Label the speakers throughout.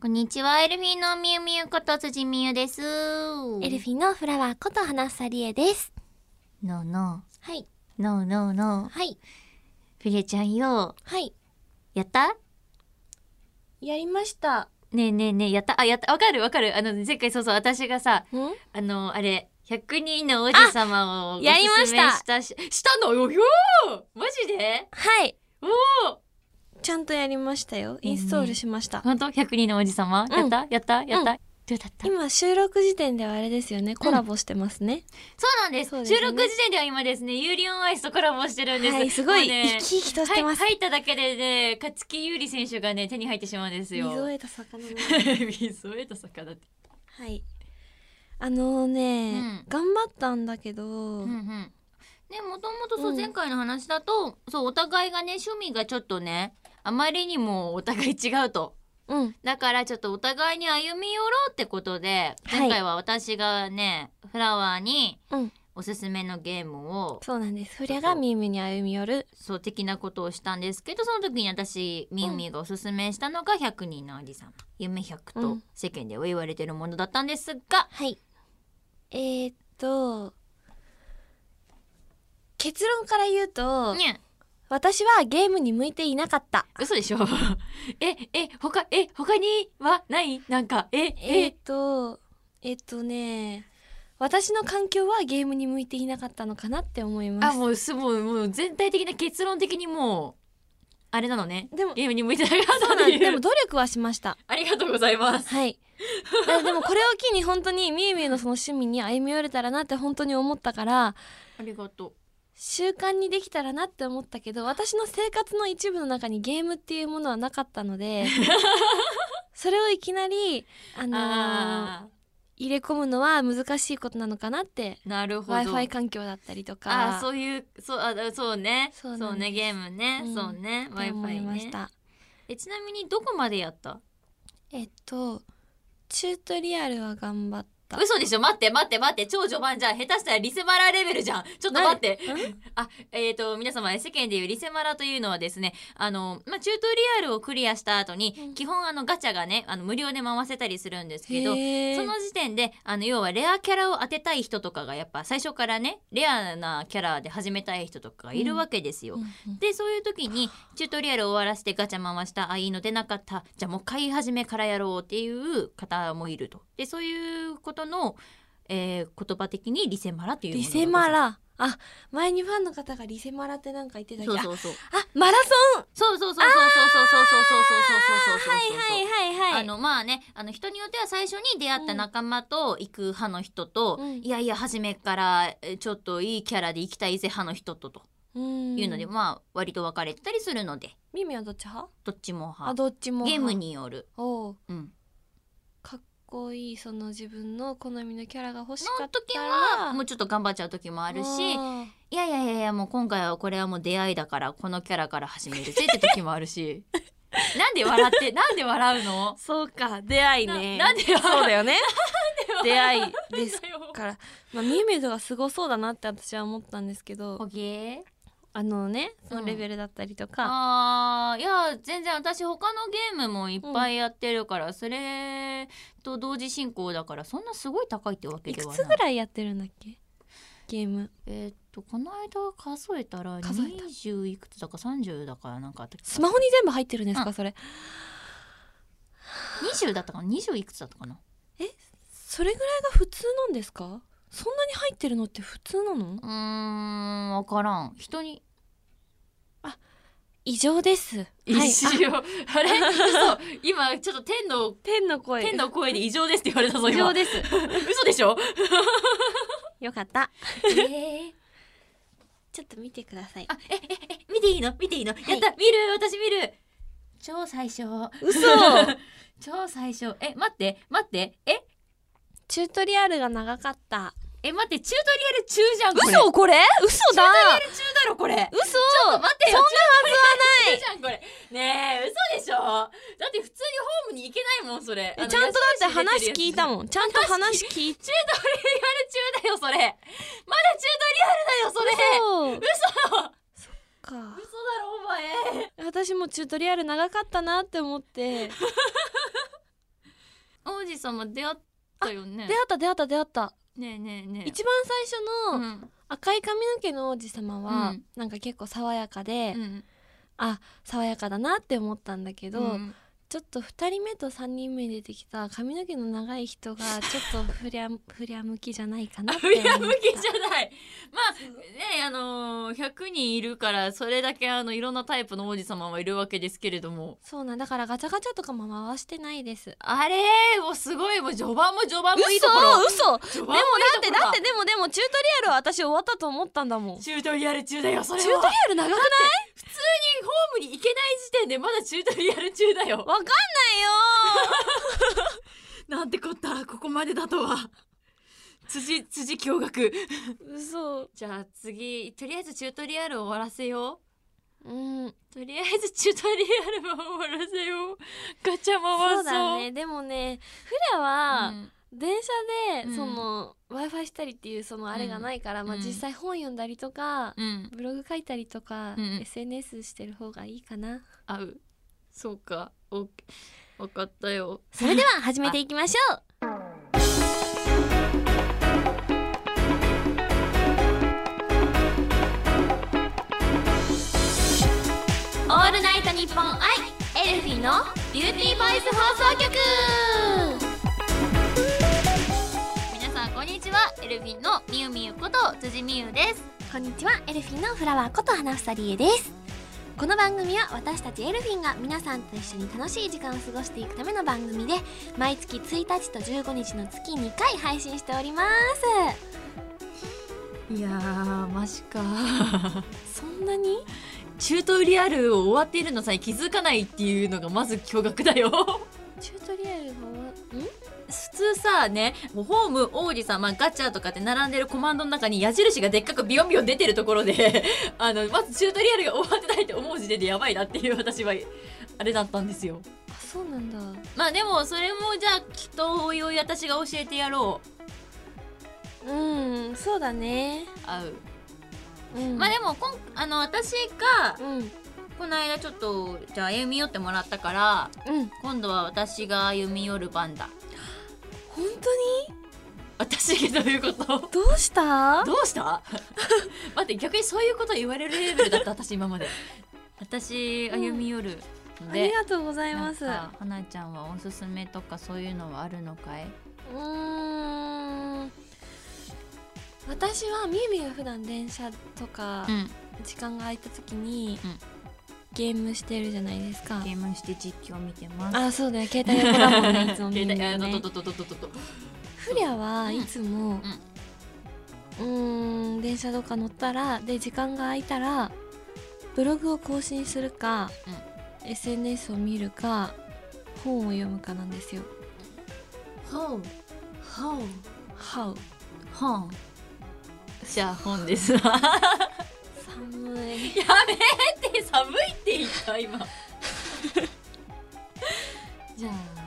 Speaker 1: こんにちは、エルフィーのみゆみゆこと辻みゆです。
Speaker 2: エルフィのフラワーこと花さりえです。
Speaker 1: ィのの、
Speaker 2: はい。
Speaker 1: ののの、
Speaker 2: はい。
Speaker 1: フィレちゃんよ、
Speaker 2: はい。
Speaker 1: やった
Speaker 2: やりました。
Speaker 1: ねえねえねえ、やったあ、やったわかるわかるあの、前回そうそう、私がさ、
Speaker 2: ん
Speaker 1: あの、あれ、100人の王子様を
Speaker 2: あやりました
Speaker 1: おすすめしたし、したのよよーマジで
Speaker 2: はい。
Speaker 1: おお
Speaker 2: ちゃんとやりましたよ。インストールしました。
Speaker 1: 本当 ?100 人の王子様、やったやったやった、どうだった
Speaker 2: 今収録時点ではあれですよね。コラボしてますね。
Speaker 1: そうなんです
Speaker 2: そうですね
Speaker 1: 収録時点では今ですね、ユーリオンアイスとコラボしてるんです。
Speaker 2: はい、すごい
Speaker 1: もうね
Speaker 2: 生き生きとしてます。
Speaker 1: はい、入っただけでね、勝木優里選手がね、手に入ってしまうんですよ。
Speaker 2: 水を得た魚の。
Speaker 1: 水を得た魚って。
Speaker 2: はい。あのね、
Speaker 1: うん
Speaker 2: 頑張ったんだけど、
Speaker 1: うんうん。ね、もともとそう、
Speaker 2: うん
Speaker 1: 前回の話だと、そう、お互いがね、趣味がちょっとね、あまりにもお互い違うと。
Speaker 2: うん、
Speaker 1: だからちょっとお互いに歩み寄ろうってことで、
Speaker 2: はい
Speaker 1: 今回は私がね、フラワーに
Speaker 2: うん
Speaker 1: おすすめのゲームを、
Speaker 2: そうなんです。フレがミームに歩み寄る。
Speaker 1: そう的なことをしたんですけどその時に私みゆみゆがおすすめしたのが「100人のおじさま」夢100
Speaker 2: う
Speaker 1: と
Speaker 2: ん
Speaker 1: 世間では言われてるものだったんですが、
Speaker 2: はい。えー、っと、結論から言うと、
Speaker 1: ね
Speaker 2: 私はゲームに向いていなかった。
Speaker 1: 嘘でしょ ええ他え他にはないなんかえ
Speaker 2: えー、っ
Speaker 1: え
Speaker 2: と、えーっとね、私の環境はゲームに向いていなかったのかなって思いま
Speaker 1: あ
Speaker 2: す。
Speaker 1: もうすもうもう全体的な結論的にもうあれなのね
Speaker 2: でも、
Speaker 1: ゲームに向いてなかった
Speaker 2: そう
Speaker 1: って
Speaker 2: なん
Speaker 1: い
Speaker 2: で
Speaker 1: う
Speaker 2: す。でも努力はしました。
Speaker 1: ありがとうございます
Speaker 2: はい。だでもこれを機に本当にみゆみゆのその趣味に歩み寄れたらなって本当に思ったから
Speaker 1: ありがとう
Speaker 2: 習慣にできたらなって思ったけど私の生活の一部の中にゲームっていうものはなかった のでそれをいきなり、あのー
Speaker 1: あ
Speaker 2: 入れ込むのは難しいことなのかなって
Speaker 1: ーなるほ
Speaker 2: w
Speaker 1: ど
Speaker 2: i f i 環境だったりとか
Speaker 1: あーそういうそうあそうね
Speaker 2: そ
Speaker 1: そうう
Speaker 2: なんです
Speaker 1: ねゲームね、
Speaker 2: うん
Speaker 1: そうね
Speaker 2: って思
Speaker 1: Wi-Fi
Speaker 2: いま
Speaker 1: ね
Speaker 2: した、
Speaker 1: えちなみにどこまでやった
Speaker 2: えっとチュートリアルは頑張った
Speaker 1: 嘘でしょ待って待って待って超序盤じゃん下手したらリセマラレベルじゃんちょっと待って
Speaker 2: なん
Speaker 1: あえっ、と皆様世間でいうリセマラというのはですねあの、まあ、チュートリアルをクリアした後に、
Speaker 2: うん
Speaker 1: 基本あのガチャがねあの無料で回せたりするんですけど
Speaker 2: へー
Speaker 1: その時点であの要はレアキャラを当てたい人とかがやっぱ最初からねレアなキャラで始めたい人とかがいるわけですよ。
Speaker 2: うんうん
Speaker 1: でそういう時にチュートリアルを終わらせてガチャ回したあいいの出なかったじゃあもう一回始めからやろうっていう方もいるとでそういうことの、えー言葉的にリセマラというも
Speaker 2: リ
Speaker 1: のが
Speaker 2: セマラあ前にファンの方がリセマラってなんか言ってたけど
Speaker 1: そうそうそう
Speaker 2: ああマラソン
Speaker 1: そうそうそうそうそうそうそうそうそうそうそう
Speaker 2: はいはいはいはい
Speaker 1: あのまあねあの人によっては最初に出会った仲間と行く派の人と、
Speaker 2: うん
Speaker 1: いやいや初めからえちょっといいキャラで行きたいぜ派の人とと
Speaker 2: うん
Speaker 1: いうので、まあ割と分かれてたりするので
Speaker 2: ミミはどっち派
Speaker 1: どっちも
Speaker 2: あ
Speaker 1: 派
Speaker 2: どっちも
Speaker 1: ゲーム
Speaker 2: 派
Speaker 1: による、
Speaker 2: おう
Speaker 1: うん、
Speaker 2: かっこいいその自分の好みのキャラが欲しか
Speaker 1: の
Speaker 2: った
Speaker 1: 時
Speaker 2: ら
Speaker 1: はもうちょっと頑張っちゃう時もあ
Speaker 2: あ
Speaker 1: るし
Speaker 2: ー
Speaker 1: いやいやいやいやもう今回はこれはもう出会いだからこのキャラから始めるぜって時もあるし なんで笑ってなんで笑うの
Speaker 2: そうか出会いね
Speaker 1: ななんで
Speaker 2: そうだよ ね出会いです
Speaker 1: だよ
Speaker 2: から、まあ、ミュウミュウとかすごそうだなって私は思ったんですけ
Speaker 1: ほ
Speaker 2: ど
Speaker 1: げー
Speaker 2: あのねそ
Speaker 1: うん
Speaker 2: のレベルだったりとか、
Speaker 1: あーいや全然私他のゲームもいっぱいやってるから、それと同時進行だからそんなすごい高いってわけ
Speaker 2: い
Speaker 1: で
Speaker 2: く
Speaker 1: は
Speaker 2: つぐ
Speaker 1: ない
Speaker 2: らいやってるんだっけゲーム
Speaker 1: えーっとこの間数えたら
Speaker 2: 数えた
Speaker 1: 20いくつだか30だかなんかあった
Speaker 2: スマホに全部入ってるんですか、
Speaker 1: う
Speaker 2: それ
Speaker 1: 20だったかな20いくつだったかな
Speaker 2: それぐらいが普通なんですかそんなに入ってるのって普通なの
Speaker 1: うーんわからん人に
Speaker 2: 異常ですはい、
Speaker 1: 応、 あれ嘘今ちょっと天の
Speaker 2: 天の声
Speaker 1: 天の声で異常ですって言われたぞ
Speaker 2: 異
Speaker 1: 今
Speaker 2: 常です
Speaker 1: 嘘でしょ
Speaker 2: よかった
Speaker 1: え
Speaker 2: ちょっと見てください
Speaker 1: あえええ見ていいの見ていいの、
Speaker 2: い
Speaker 1: やった見る私見る超最初
Speaker 2: 嘘
Speaker 1: 超最初え待って待ってえ
Speaker 2: チュートリアルが長かった
Speaker 1: え待ってチュートリアル中じゃんこれ
Speaker 2: 嘘これ嘘だ
Speaker 1: 中だろこれ
Speaker 2: 嘘
Speaker 1: 待ってよ
Speaker 2: そんな
Speaker 1: 中じゃんこれねえ嘘でしょだって普通にホームに行けないもんそれ
Speaker 2: えちゃんとだって話聞いた
Speaker 1: ん
Speaker 2: もんちゃんと話聞いた
Speaker 1: チュートリアル中だよそれまだチュートリアルだよそれ
Speaker 2: 嘘
Speaker 1: 嘘
Speaker 2: か
Speaker 1: 嘘だろお前
Speaker 2: 私もチュートリアル長かったなって思って
Speaker 1: 王子様出会ったよね
Speaker 2: 出会った出会った出会った
Speaker 1: ねえねえねえ
Speaker 2: 一番最初の
Speaker 1: うん
Speaker 2: 赤い髪の毛の王子様は、
Speaker 1: うん
Speaker 2: なんか結構爽やかで、
Speaker 1: うん
Speaker 2: あ爽やかだなって思ったんだけど、
Speaker 1: うん
Speaker 2: ちょっと2人目と3人目に出てきた髪の毛の長い 人がちょっと不良不良向きじゃないかなって
Speaker 1: 不
Speaker 2: 思っ
Speaker 1: 良
Speaker 2: た
Speaker 1: 向きじゃ ないまあねあのー、100人いるからそれだけあのいろんなタイプの王子様はいるわけですけれども
Speaker 2: そうなんだからガチャガチャとかも回してないです
Speaker 1: あれーもうすごいもう序盤も序盤もいいところ
Speaker 2: 嘘嘘
Speaker 1: 序
Speaker 2: でも
Speaker 1: 盤
Speaker 2: だ
Speaker 1: も
Speaker 2: っ
Speaker 1: い
Speaker 2: て
Speaker 1: いところ
Speaker 2: だってでもでもチュートリアルは私終わったと思ったんだもんチュー
Speaker 1: チュートリアル中だよそれ
Speaker 2: ト
Speaker 1: は
Speaker 2: リアル長くない
Speaker 1: ホームに行けない時点でまだチュートリアル中だよ
Speaker 2: わかんないよ
Speaker 1: なんてこったここまでだとは 辻辻驚愕
Speaker 2: 嘘
Speaker 1: じゃあ次とりあえずチュートリアルを終わらせよ
Speaker 2: うん
Speaker 1: うとりあえずチュートリアルを終わらせようガチャ回そ
Speaker 2: そううだねでもねフラは、
Speaker 1: うん
Speaker 2: 電車
Speaker 1: う
Speaker 2: で
Speaker 1: ん
Speaker 2: その w i f i したりっていうそのあれがないから、
Speaker 1: うん
Speaker 2: まあ、
Speaker 1: うん
Speaker 2: 実際本読んだりとか、
Speaker 1: うん
Speaker 2: ブログ書いたりとか、
Speaker 1: うん
Speaker 2: SNS してる方がいいかな
Speaker 1: 合うそうかお分かったよ
Speaker 2: それでは始めていきましょう
Speaker 1: オールナイトニッポン愛エルフィのビューティーボイス放送局皆さんこんにちはエルフィンのみゆみゆこと辻みゆです
Speaker 2: こんにちはエルフィンのフラワーこと花房理恵ですこの番組は私たちエルフィンが皆さんと一緒に楽しい時間を過ごしていくための番組で毎月1日と15日の月2回配信しておりま
Speaker 1: いやーマジか
Speaker 2: すそんなに
Speaker 1: チュートリアルを終わっているのさえ気づかないっていうのがまず驚愕だよ
Speaker 2: チュートリアルが終わん
Speaker 1: 普通さねホーム王子様ガチャとかって並んでるコマンドの中に矢印がでっかくビヨンビヨン出てるところで あのまずチュートリアルが終わってないって思う時点でやばいなっていう私はあれだったんですよ
Speaker 2: あそうなんだ
Speaker 1: まあでもそれもじゃあきっとおいおい私が教えてやろう
Speaker 2: うんそうだね、
Speaker 1: 合う、
Speaker 2: うん、
Speaker 1: まあでもこんあの私が
Speaker 2: うん
Speaker 1: この間ちょっとじゃあ歩み寄ってもらったから
Speaker 2: うん
Speaker 1: 今度は私が歩み寄る番だ
Speaker 2: 本当に
Speaker 1: 私がどういうこと
Speaker 2: どうした
Speaker 1: どうした 待って逆にそういうこと言われるレベルだった私今まで私
Speaker 2: うん
Speaker 1: 歩み寄るの
Speaker 2: あり
Speaker 1: で、
Speaker 2: がとうござい
Speaker 1: な
Speaker 2: ま
Speaker 1: ん
Speaker 2: す
Speaker 1: かはなちゃんはおすすめとかそういうのはあるのかいう
Speaker 2: ーん私はみゆみゆが普段電車とか
Speaker 1: うん
Speaker 2: 時間が空いた時に、
Speaker 1: うん
Speaker 2: ゲームしてるじゃないですか
Speaker 1: ゲームして実況見てます
Speaker 2: あそうだよ携帯横だもんねいつもみん
Speaker 1: 携帯
Speaker 2: な
Speaker 1: あ
Speaker 2: ね
Speaker 1: ととととととと
Speaker 2: フリアはいつもうんーん電車とか乗ったらで時間が空いたらブログを更新するか、SNS を見るか本を読むかなんですよ。
Speaker 1: ほうほう
Speaker 2: はう
Speaker 1: 本じゃあ本ですや
Speaker 2: 寒い
Speaker 1: めて寒いって言った 今じゃあ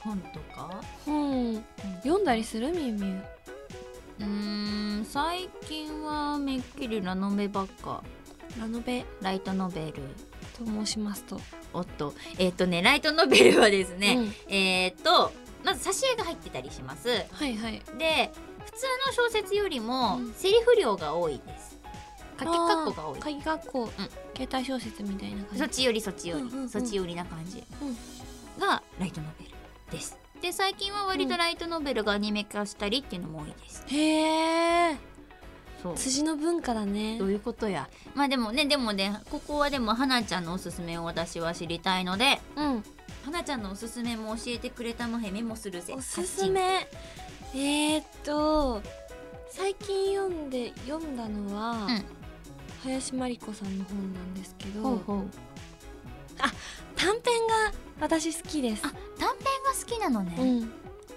Speaker 1: 本とか
Speaker 2: 本読んだりするみゆみゆ
Speaker 1: うーん最近はめっきりラノベばっか
Speaker 2: ラノベ
Speaker 1: ライトノベル
Speaker 2: と申しますと、
Speaker 1: おっとえっ、とねライトノベルはです
Speaker 2: う
Speaker 1: ね、
Speaker 2: ん
Speaker 1: えっ、とまず挿絵が入ってたりします
Speaker 2: はいはい
Speaker 1: で普通の小説よりも
Speaker 2: うん
Speaker 1: セリフ量が多いです書き括弧が多い
Speaker 2: 鍵学校、携帯小説みたいな
Speaker 1: そっ
Speaker 2: 感じ
Speaker 1: ちよりそっちより、
Speaker 2: うんうんうん
Speaker 1: そっちよりな感じ、がライトノベルですで最近は割とライトノベルがアニメ化したりっていうのも多いです、
Speaker 2: へえ
Speaker 1: そう
Speaker 2: 辻の文化だね
Speaker 1: どういうことやまあでもねでもねここはでも花ちゃんのおすすめを私は知りたいので
Speaker 2: うん
Speaker 1: 花ちゃんのおすすめも教えてくれたまへメモするぜ
Speaker 2: おすすめえー、っと最近読んで読んだのは、
Speaker 1: うん
Speaker 2: 林真理子さんの本なんですけど
Speaker 1: ほうほう
Speaker 2: 短編が私好きです
Speaker 1: あ短編が好きなのね、
Speaker 2: うん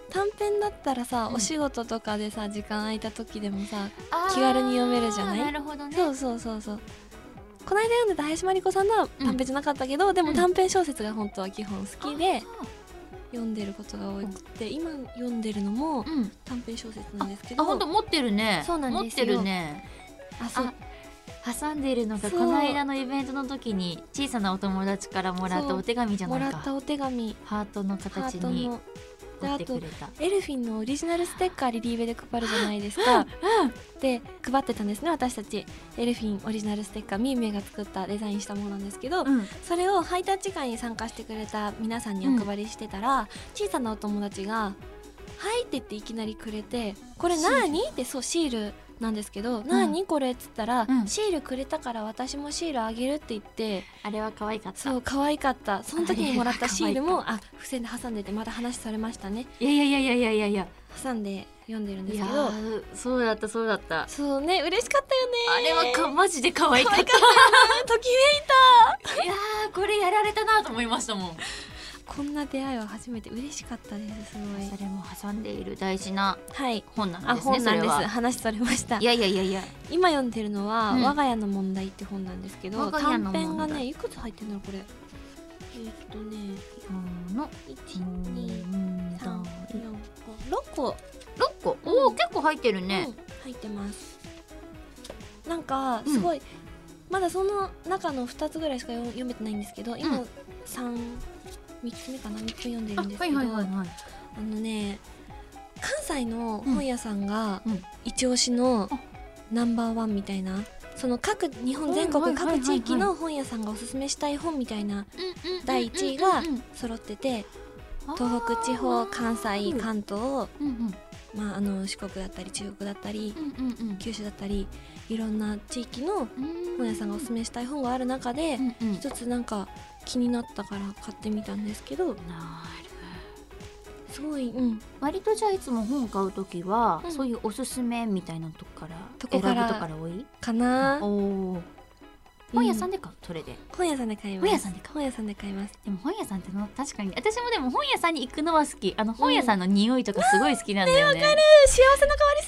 Speaker 2: 短編だったらさ、
Speaker 1: うん
Speaker 2: お仕事とかでさ時間空いた時でもさ
Speaker 1: あー
Speaker 2: 気軽に読めるじゃない
Speaker 1: なるほどね
Speaker 2: そうそうそうそうこの間読んでた林真理子さんのは短編じゃなかったけど、でも短編小説が本当は基本好きで読んでることが多くて今読んでるのも
Speaker 1: うん
Speaker 2: 短編小説なんですけど
Speaker 1: あ本当持ってるね
Speaker 2: そうなんですよ
Speaker 1: 持ってるね
Speaker 2: あそう
Speaker 1: あ挟んでいるのが
Speaker 2: そう
Speaker 1: この間のイベントの時に小さなお友達からもらった
Speaker 2: そう
Speaker 1: お手紙じゃ
Speaker 2: も
Speaker 1: な
Speaker 2: ら
Speaker 1: い
Speaker 2: った
Speaker 1: か
Speaker 2: お手紙
Speaker 1: ハートの
Speaker 2: ハ
Speaker 1: 形
Speaker 2: ート
Speaker 1: に
Speaker 2: ので
Speaker 1: 持
Speaker 2: あ
Speaker 1: って
Speaker 2: と
Speaker 1: くれた
Speaker 2: エルフィンのオリジナルステッカーリリーベで配るじゃないですかで配ってたんですね私たちエルフィンオリジナルステッカーみーみーが作ったデザインしたものなんですけど、
Speaker 1: うん
Speaker 2: それをハイタッチ会に参加してくれた皆さんにお配りしてたら、小さなお友達が「はい」って言っていきなりくれて「これ何?」ってそうシールなんですけど「何これ?」っつったら、
Speaker 1: うん
Speaker 2: シールくれたから私もシールあげる」って言って
Speaker 1: あれは可愛かった
Speaker 2: そう可愛かったその時にもらったシール
Speaker 1: あ
Speaker 2: もあ付箋で挟んでてまた話されましたね
Speaker 1: いやいやいやいやいやいや
Speaker 2: 挟んで読んでるんで
Speaker 1: い
Speaker 2: す
Speaker 1: や
Speaker 2: けど
Speaker 1: ーそうだったそうだった
Speaker 2: そうね嬉しかったよね
Speaker 1: あれはかマジで可愛かった
Speaker 2: ときめい
Speaker 1: いやーこれやられたなと思いましたもん
Speaker 2: たこんな出会いは初めて嬉しかったですすごい
Speaker 1: れも挟んでいる大事な
Speaker 2: はい
Speaker 1: 本な
Speaker 2: あ、本なんです
Speaker 1: それは
Speaker 2: 話それました
Speaker 1: やいやいやいや
Speaker 2: 今読んでるのは、
Speaker 1: うん
Speaker 2: 我が家の問題って本なんですけど
Speaker 1: 我が家の問
Speaker 2: 短
Speaker 1: 題
Speaker 2: 編がねいくつ入ってんだろうこれえーっとね
Speaker 1: の
Speaker 2: 12345 6個、
Speaker 1: 六個おお、
Speaker 2: うん
Speaker 1: 結構入ってるね、
Speaker 2: うん入ってますなんかすごい、まだその中の2つぐらいしか読読めてないんですけど今、
Speaker 1: うん
Speaker 2: 三3つ目かな3つ目読んで
Speaker 1: あ
Speaker 2: るんです
Speaker 1: はい
Speaker 2: けど
Speaker 1: はいはいはい
Speaker 2: あのね関西の本屋さんが
Speaker 1: うんうん
Speaker 2: 一押しの
Speaker 1: あ
Speaker 2: ナンバーワンみたいなその各日本全
Speaker 1: はいは
Speaker 2: 国
Speaker 1: いはいはい
Speaker 2: 各地域の本屋さんがおすすめしたい本みたいな第一位が揃ってて東北地方関西関東、
Speaker 1: うんうん
Speaker 2: まあ、あの四国だったり中国だったり
Speaker 1: うんうんうん
Speaker 2: 九州だったりいろんな地域の本屋さんがおすすめしたい本がある中で
Speaker 1: うんうん
Speaker 2: 一つなんか気になったから買ってみたんですけど
Speaker 1: なる
Speaker 2: すごい、うん、
Speaker 1: 割とじゃあいつも本買うときは、
Speaker 2: うん
Speaker 1: そういうおすすめみたいなとこから
Speaker 2: と
Speaker 1: 選
Speaker 2: こ
Speaker 1: ぶと
Speaker 2: から
Speaker 1: から多い
Speaker 2: かな
Speaker 1: おお本屋さんで買う、それで
Speaker 2: 本屋さんで買います
Speaker 1: 本屋さんで買う
Speaker 2: 本屋さんで買います
Speaker 1: でも本屋さんっての確かに私もでも本屋さんに行くのは好きあの本屋さんの匂いとかすごい好きなんだよね,、わかる
Speaker 2: 幸せの香りす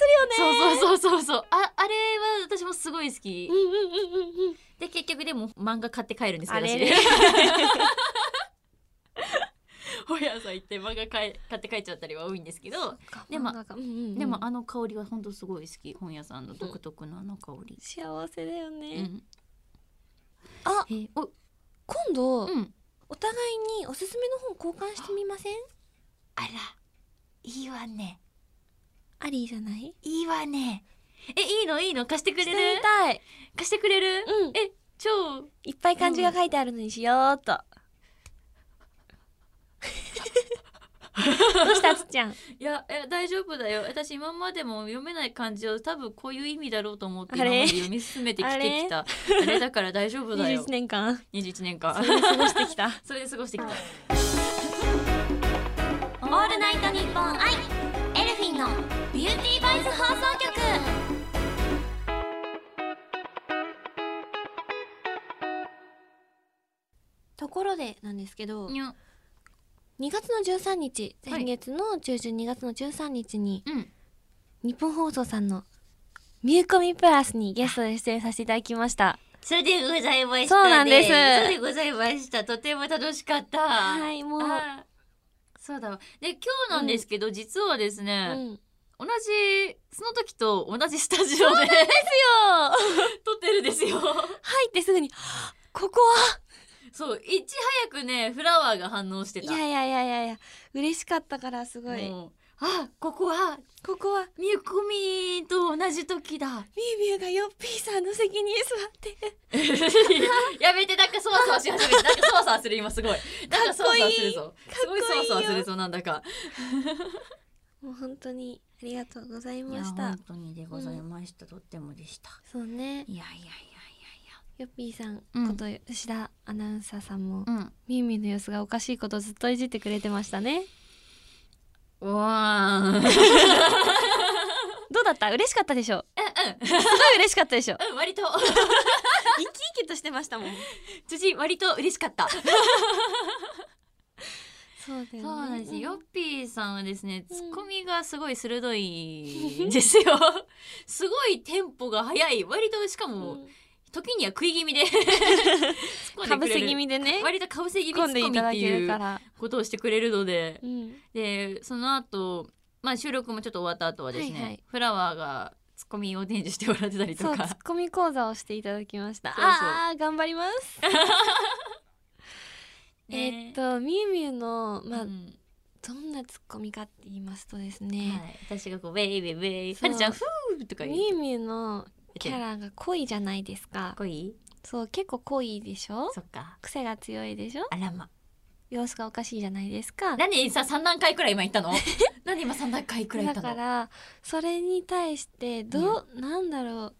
Speaker 1: そうそうそうそうそうああれは私もすごい好き、
Speaker 2: るよねうんうんうんうんうん
Speaker 1: で結局でも漫画買って帰るんですけど
Speaker 2: あ れ
Speaker 1: 私本屋さん行って漫画買い買って帰っちゃったりは多いんですけどでも
Speaker 2: 漫画がうんうんうん
Speaker 1: でもあの香りは本当すごい好き本屋さんの独特のあの香り、
Speaker 2: 幸せだよね、
Speaker 1: うん
Speaker 2: あ
Speaker 1: えーお
Speaker 2: 今
Speaker 1: う
Speaker 2: 度、
Speaker 1: ん
Speaker 2: お互いにおすすめの本交換してみません
Speaker 1: あらいいわね
Speaker 2: ありじゃない
Speaker 1: いいわねえいいのいいの貸してくれ
Speaker 2: して
Speaker 1: る
Speaker 2: みたい
Speaker 1: 貸してくれる、
Speaker 2: うん
Speaker 1: え超
Speaker 2: いっぱい漢字が書いてあるのにしようっと どうしたつっちゃん
Speaker 1: いやえ大丈夫だよ私今までも読めない漢字を多分こういう意味だろうと思って今
Speaker 2: あ
Speaker 1: ま
Speaker 2: れ
Speaker 1: で読み進めてきてきたあれだから大丈夫だよ
Speaker 2: 21年間
Speaker 1: 21年間
Speaker 2: それで過ごしてきた
Speaker 1: それで過ごしてきた
Speaker 3: オールナイトニッポンアイエルフィンのビューティーバイス放送局
Speaker 2: ところでなんですけど
Speaker 1: にゃ
Speaker 2: 2月の13日
Speaker 1: はい
Speaker 2: 先月の中旬2月の13日に
Speaker 1: うん
Speaker 2: 日本放送さんの「ミューコミプラス」にゲストで出演させていただきました
Speaker 1: それでございましたね
Speaker 2: そうなんです
Speaker 1: それでございましたとても楽しかった
Speaker 2: はいいもう、
Speaker 1: そうだわで今日なんですけど、実はです
Speaker 2: う
Speaker 1: ね、
Speaker 2: ん、
Speaker 1: 同じその時と同じスタジオで
Speaker 2: 入
Speaker 1: 撮ってるんですよ
Speaker 2: ってすぐに「ここは!
Speaker 1: そういち早くねフラワーが反応し」て
Speaker 2: い
Speaker 1: た
Speaker 2: やいやいやいやいや嬉しかったからすごい
Speaker 1: もうあここは
Speaker 2: ここは
Speaker 1: みゆこみと同じ時だ
Speaker 2: みーみーがよっぴーさんの席に座って
Speaker 1: やめてなんかそわそわし始めてなんかそわそわする今すごいなんかそわそわするぞ
Speaker 2: かっこいい
Speaker 1: すごいそわそわす
Speaker 2: よ
Speaker 1: るぞなんだか
Speaker 2: もう本当にありがとうござい
Speaker 1: い
Speaker 2: ま
Speaker 1: や
Speaker 2: した
Speaker 1: 本当にでございました、とってもでした
Speaker 2: そうね
Speaker 1: いやいやいや
Speaker 2: よっぴーさん
Speaker 1: うん
Speaker 2: こと吉田アナウンサーさんも、
Speaker 1: いやうん
Speaker 2: みーみーの様子がおかしいことずっといじってくれてましたね
Speaker 1: うわーんうんうん
Speaker 2: どうだった嬉しかったでしょ すごい嬉しかったでしょ
Speaker 1: うん割と
Speaker 2: 生き生きとしてましたもん
Speaker 1: 辻割と嬉しかった
Speaker 2: そうだよね
Speaker 1: そうなんですよ。ヨッピーさんはですね、
Speaker 2: うん
Speaker 1: ツッコミがすごい鋭いん ですよ。すごいテンポが速い。割としか
Speaker 2: う
Speaker 1: も
Speaker 2: ん
Speaker 1: 時には食い気味で 突っ込んで
Speaker 2: かぶ
Speaker 1: くれる
Speaker 2: せ気味でね
Speaker 1: 割とかぶせ気味
Speaker 2: 突っ
Speaker 1: ツ
Speaker 2: 込んで
Speaker 1: ッコ
Speaker 2: い
Speaker 1: ミ
Speaker 2: た
Speaker 1: っ
Speaker 2: だ
Speaker 1: て
Speaker 2: け
Speaker 1: い
Speaker 2: るか
Speaker 1: う
Speaker 2: ら、
Speaker 1: ことをしてくれるので、
Speaker 2: うん、
Speaker 1: でその後まあ収録もちょっと終わった後はですね、
Speaker 2: はいはい
Speaker 1: フラワーがツッコミを伝授してもらってたり
Speaker 2: そ
Speaker 1: と
Speaker 2: うツッ
Speaker 1: か。
Speaker 2: コミ講座をしていただきました
Speaker 1: そうそう
Speaker 2: ああ頑張ります え
Speaker 1: ね
Speaker 2: ーっとみゆみゆのまあ、
Speaker 1: うん
Speaker 2: どんなツッコミかって言いますとですね、
Speaker 1: はい、私がこうウェイウェイウェイ
Speaker 2: そう
Speaker 1: はるちゃんフーとか言う
Speaker 2: みゆみゆのキャラが濃いじゃないですか
Speaker 1: かっこいい
Speaker 2: そう結構濃いでしょ
Speaker 1: そっか
Speaker 2: 癖が強いでしょ
Speaker 1: あらま
Speaker 2: 様子がおかしいじゃないですか
Speaker 1: 何さ三段階くらい今言 ったの何今三段階くらい言っ
Speaker 2: だ
Speaker 1: た
Speaker 2: か
Speaker 1: の
Speaker 2: らそれに対してどう、なんだろう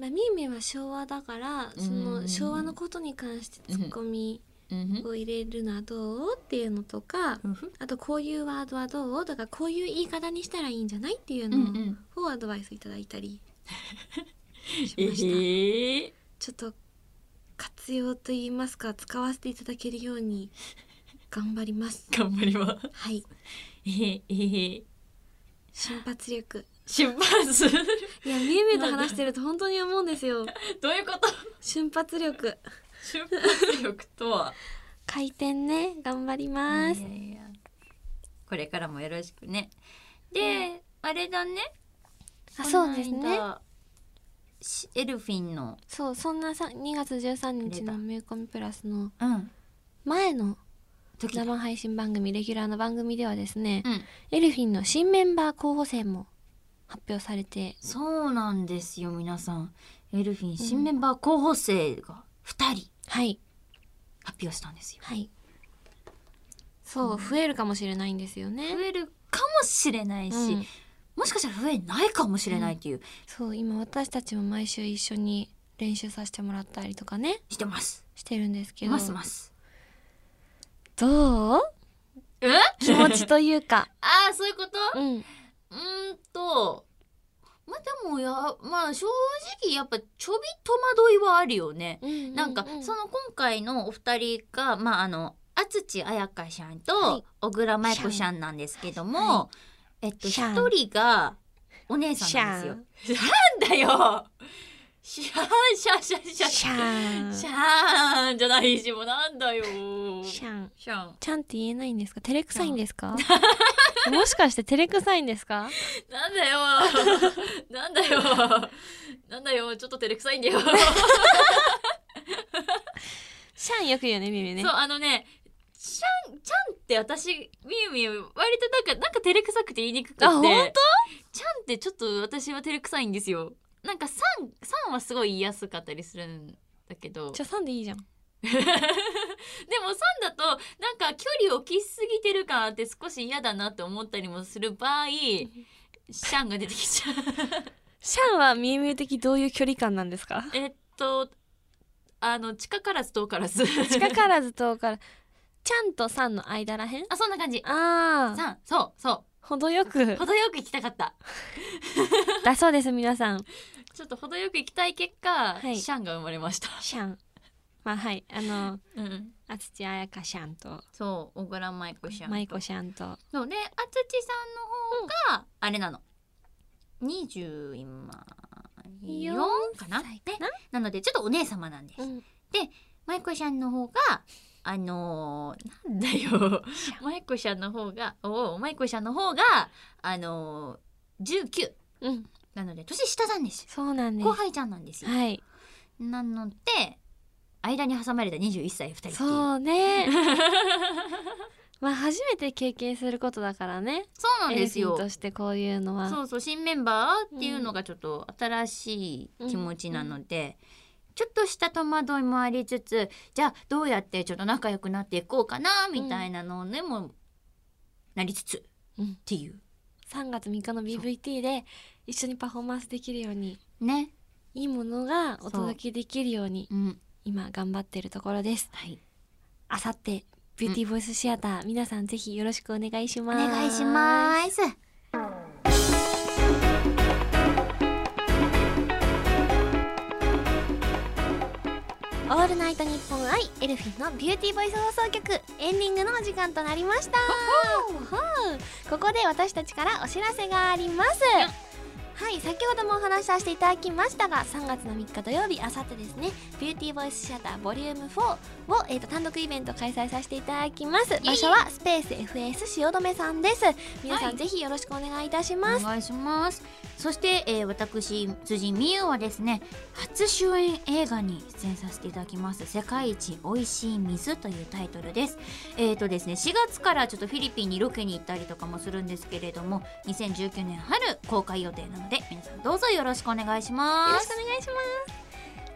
Speaker 2: まあみゆみゆは昭和だから
Speaker 1: うん
Speaker 2: その昭和のことに関してツッコミ
Speaker 1: うんふん
Speaker 2: を入れるのはどうっていうのとか
Speaker 1: うんふん
Speaker 2: あとこういうワードはどうとかこういう言い方にしたらいいんじゃないっていう
Speaker 1: うん
Speaker 2: の
Speaker 1: うん
Speaker 2: をアドバイスいただいた りし
Speaker 1: え
Speaker 2: ました。
Speaker 1: ー
Speaker 2: ちょっと活用と言いますか使わせていただけるように頑張り ます。
Speaker 1: 頑張ります
Speaker 2: はい、
Speaker 1: えーえー
Speaker 2: 瞬発力。
Speaker 1: 出発 する
Speaker 2: いや、みゆみゆと話してると本当に思うんですよ。
Speaker 1: どういうこと
Speaker 2: 瞬発力。
Speaker 1: 出発力とは
Speaker 2: 回転ね、頑張ります。
Speaker 1: いやいやこれからもよろしくねで、
Speaker 2: ね
Speaker 1: あれだね
Speaker 2: あ、そうですね。
Speaker 1: しエルフィンの
Speaker 2: そう、そんなさ、2月13日
Speaker 1: あれだ
Speaker 2: のミューコミプラスの
Speaker 1: うん
Speaker 2: 前の
Speaker 1: 時だ
Speaker 2: 生配信番組レギュラーの番組ではですね、
Speaker 1: うん
Speaker 2: エルフィンの新メンバー候補生も発表されて、
Speaker 1: そうなんですよ皆さんエルフィン新メンバー候補生が2人
Speaker 2: はい、
Speaker 1: 発表したんですよ、
Speaker 2: はい。そう、増えるかもしれないんですよね。
Speaker 1: 増えるかもしれないし、
Speaker 2: うん
Speaker 1: もしかしたら増えないかもしれないっていう、
Speaker 2: そう今私たちも毎週一緒に練習させてもらったりとかね
Speaker 1: してます
Speaker 2: してるんですけど
Speaker 1: ますます
Speaker 2: どう
Speaker 1: え
Speaker 2: 気 持ちというか
Speaker 1: ああそういうこと
Speaker 2: うん
Speaker 1: うーんとまあでもやまあ正直やっぱちょび戸惑いはあるよね。
Speaker 2: うん
Speaker 1: なんかその今回のお二人がまああの厚地彩香ちゃん
Speaker 2: はい
Speaker 1: と小倉舞子ちゃんなんですけども、
Speaker 2: は
Speaker 1: えっと
Speaker 2: シャン
Speaker 1: 一人がお姉さんなんですよ。シャンだよシャンシャンシャンシャン
Speaker 2: シャン
Speaker 1: シ
Speaker 2: シャン
Speaker 1: ャンじゃないしもうなんだよシ
Speaker 2: シャン
Speaker 1: ャン
Speaker 2: ちゃんって言えないんですか照れくさいんで すかもしかして照れくさいんですか
Speaker 1: なんだよなんだよなんだよちょっと照れくさいんだよ
Speaker 2: シャンよく言うねみみね
Speaker 1: そうあのねちゃんちゃんって私みゆみゆ割となんかなんか照れくさくて言いにくくて
Speaker 2: あ本
Speaker 1: ちゃんってちょっと私は照れくさいんですよなんかさんさんはすごい言いやすかったりするんだけど
Speaker 2: じゃあさんでいいじゃん
Speaker 1: でも3だとなんか距離を置きすぎてる感あって少し嫌だなって思ったりもする場合シャンが出てきち ゃう
Speaker 2: シャンはみゆみゆ的どういう距離感なんですか
Speaker 1: えっとあの近からず遠からず
Speaker 2: 近からず遠からちゃんとさんの間らへん
Speaker 1: あそんな感じ
Speaker 2: ああ
Speaker 1: 3そうそ
Speaker 2: 程よく
Speaker 1: う程よく行きたかった
Speaker 2: だそうです皆さ ん
Speaker 1: ちょっと程よく行きたい結果、
Speaker 2: はい
Speaker 1: シャンが生まれました、
Speaker 2: シャンまあはいあの
Speaker 1: うん、
Speaker 2: あつちあやかシャンと
Speaker 1: そう小倉舞子シャン
Speaker 2: まいこシャンと
Speaker 1: そうであつちさんの方が、あれなの20今4かな
Speaker 2: 歳
Speaker 1: ねなのでちょっとお姉様なんです、
Speaker 2: うん
Speaker 1: 舞子ちゃんの方があのー、なんだ よ
Speaker 2: シャン
Speaker 1: 舞子ちゃんの方がおお舞子ちゃんの方があのー、19
Speaker 2: うん
Speaker 1: なので年下なんですよ
Speaker 2: そうなんで
Speaker 1: 後輩ちゃんなんです
Speaker 2: す
Speaker 1: よ、
Speaker 2: はい
Speaker 1: なので間に挟まれた21歳2人っていう
Speaker 2: そうねまあ初めて経験することだからね
Speaker 1: そうなんです
Speaker 2: エ
Speaker 1: よ
Speaker 2: ルフィンとしてこういうのは
Speaker 1: そうそう新メンバーっていうのがちょっと新しい気持ちなので、ちょっとした戸惑いもありつつじゃあどうやってちょっと仲良くなっていこうかなみたいなのでもなりつつ
Speaker 2: うん
Speaker 1: っていう
Speaker 2: 3月3日の BVT で一緒にパフォーマンスできるように
Speaker 1: ね。
Speaker 2: いいものがお届けできるように
Speaker 1: うん
Speaker 2: 今頑張ってるところです
Speaker 1: はい、
Speaker 2: あさってビューティーボイスシアター、皆さんぜひよろしくお願いし
Speaker 1: お
Speaker 2: ます
Speaker 1: 願いします。
Speaker 3: オールナイトニッポン愛エルフィンのビューティーボイス放送局エンディングのお時間となりましたほうここで私たちからお知らせがありますはい先ほどもお話しさせていただきましたが3月の3日土曜日あさってですねビューティーボイスシアターボリューム4を、えー、と単独イベント開催させていただきます場所はスペース FS 汐留さんです皆さん、
Speaker 1: はい
Speaker 3: ぜひよろしくお願いいたし
Speaker 1: お
Speaker 3: ます
Speaker 1: 願いします。そして、えー私辻美優はですね初主演映画に出演させていただきます「世界一おいしい水」というタイトルですえーとですね4月からちょっとフィリピンにロケに行ったりとかもするんですけれども2019年春公開予定なので皆さんどうぞよろしくお願いし
Speaker 2: よ
Speaker 1: ま
Speaker 2: ろし
Speaker 1: す
Speaker 2: くお願いしま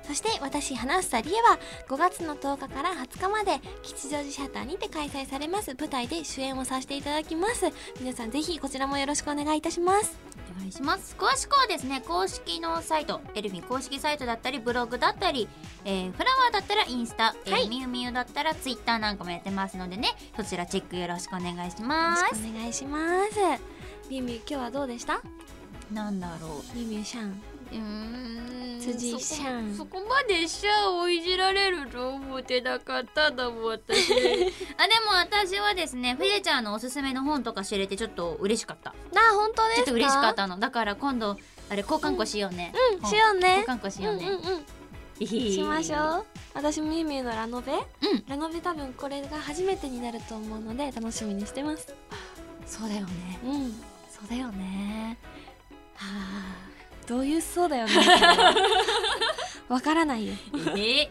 Speaker 2: すそして私花房理恵は5月の10日から20日まで吉祥寺シアターにて開催されます舞台で主演をさせていただきます皆さんぜひこちらもよろしくお願いいたします
Speaker 1: お願いします詳しくはですね公式のサイトエルフィン公式サイトだったりブログだったり、えーフラワーだったらインスタ、えー
Speaker 2: はい
Speaker 1: みゆみゆだったらツイッターなんかもやってますのでねそちらチェックよろしくお願いし
Speaker 2: よろ
Speaker 1: ま
Speaker 2: し
Speaker 1: す
Speaker 2: くお願いしますみゆみゆ今日はどうでした
Speaker 1: なんだろ
Speaker 2: みゆみゆシャン
Speaker 1: ううーん
Speaker 2: 辻
Speaker 1: そ
Speaker 2: シャン
Speaker 1: そこまでシャアをいじられると思ってなかったんだもん私 あでも私はですねフィレちゃんのおすすめの本とか知れてちょっと嬉しかった
Speaker 2: なあ本当
Speaker 1: ちょ
Speaker 2: ですか
Speaker 1: っと嬉しかったのだから今度あれ交換庫しようね、
Speaker 2: うんしようね
Speaker 1: 交換庫し
Speaker 2: うん
Speaker 1: よ
Speaker 2: う
Speaker 1: うんね、
Speaker 4: いい
Speaker 2: しましょう私みゆみゆのラノベ、
Speaker 1: ん
Speaker 2: ラノベ多分これが初めてになると思うので楽しみにしてます
Speaker 1: そうだよね
Speaker 2: うん
Speaker 1: そうだよねは
Speaker 2: どういうそうだよねわからないよ
Speaker 1: あ え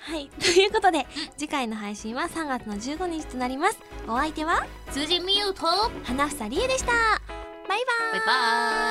Speaker 2: はい、 ということで、次回の配信は3月の15日となります。お相手は
Speaker 1: 辻美優と
Speaker 2: 花房理恵でした。バイバーイ。
Speaker 1: バイバーイ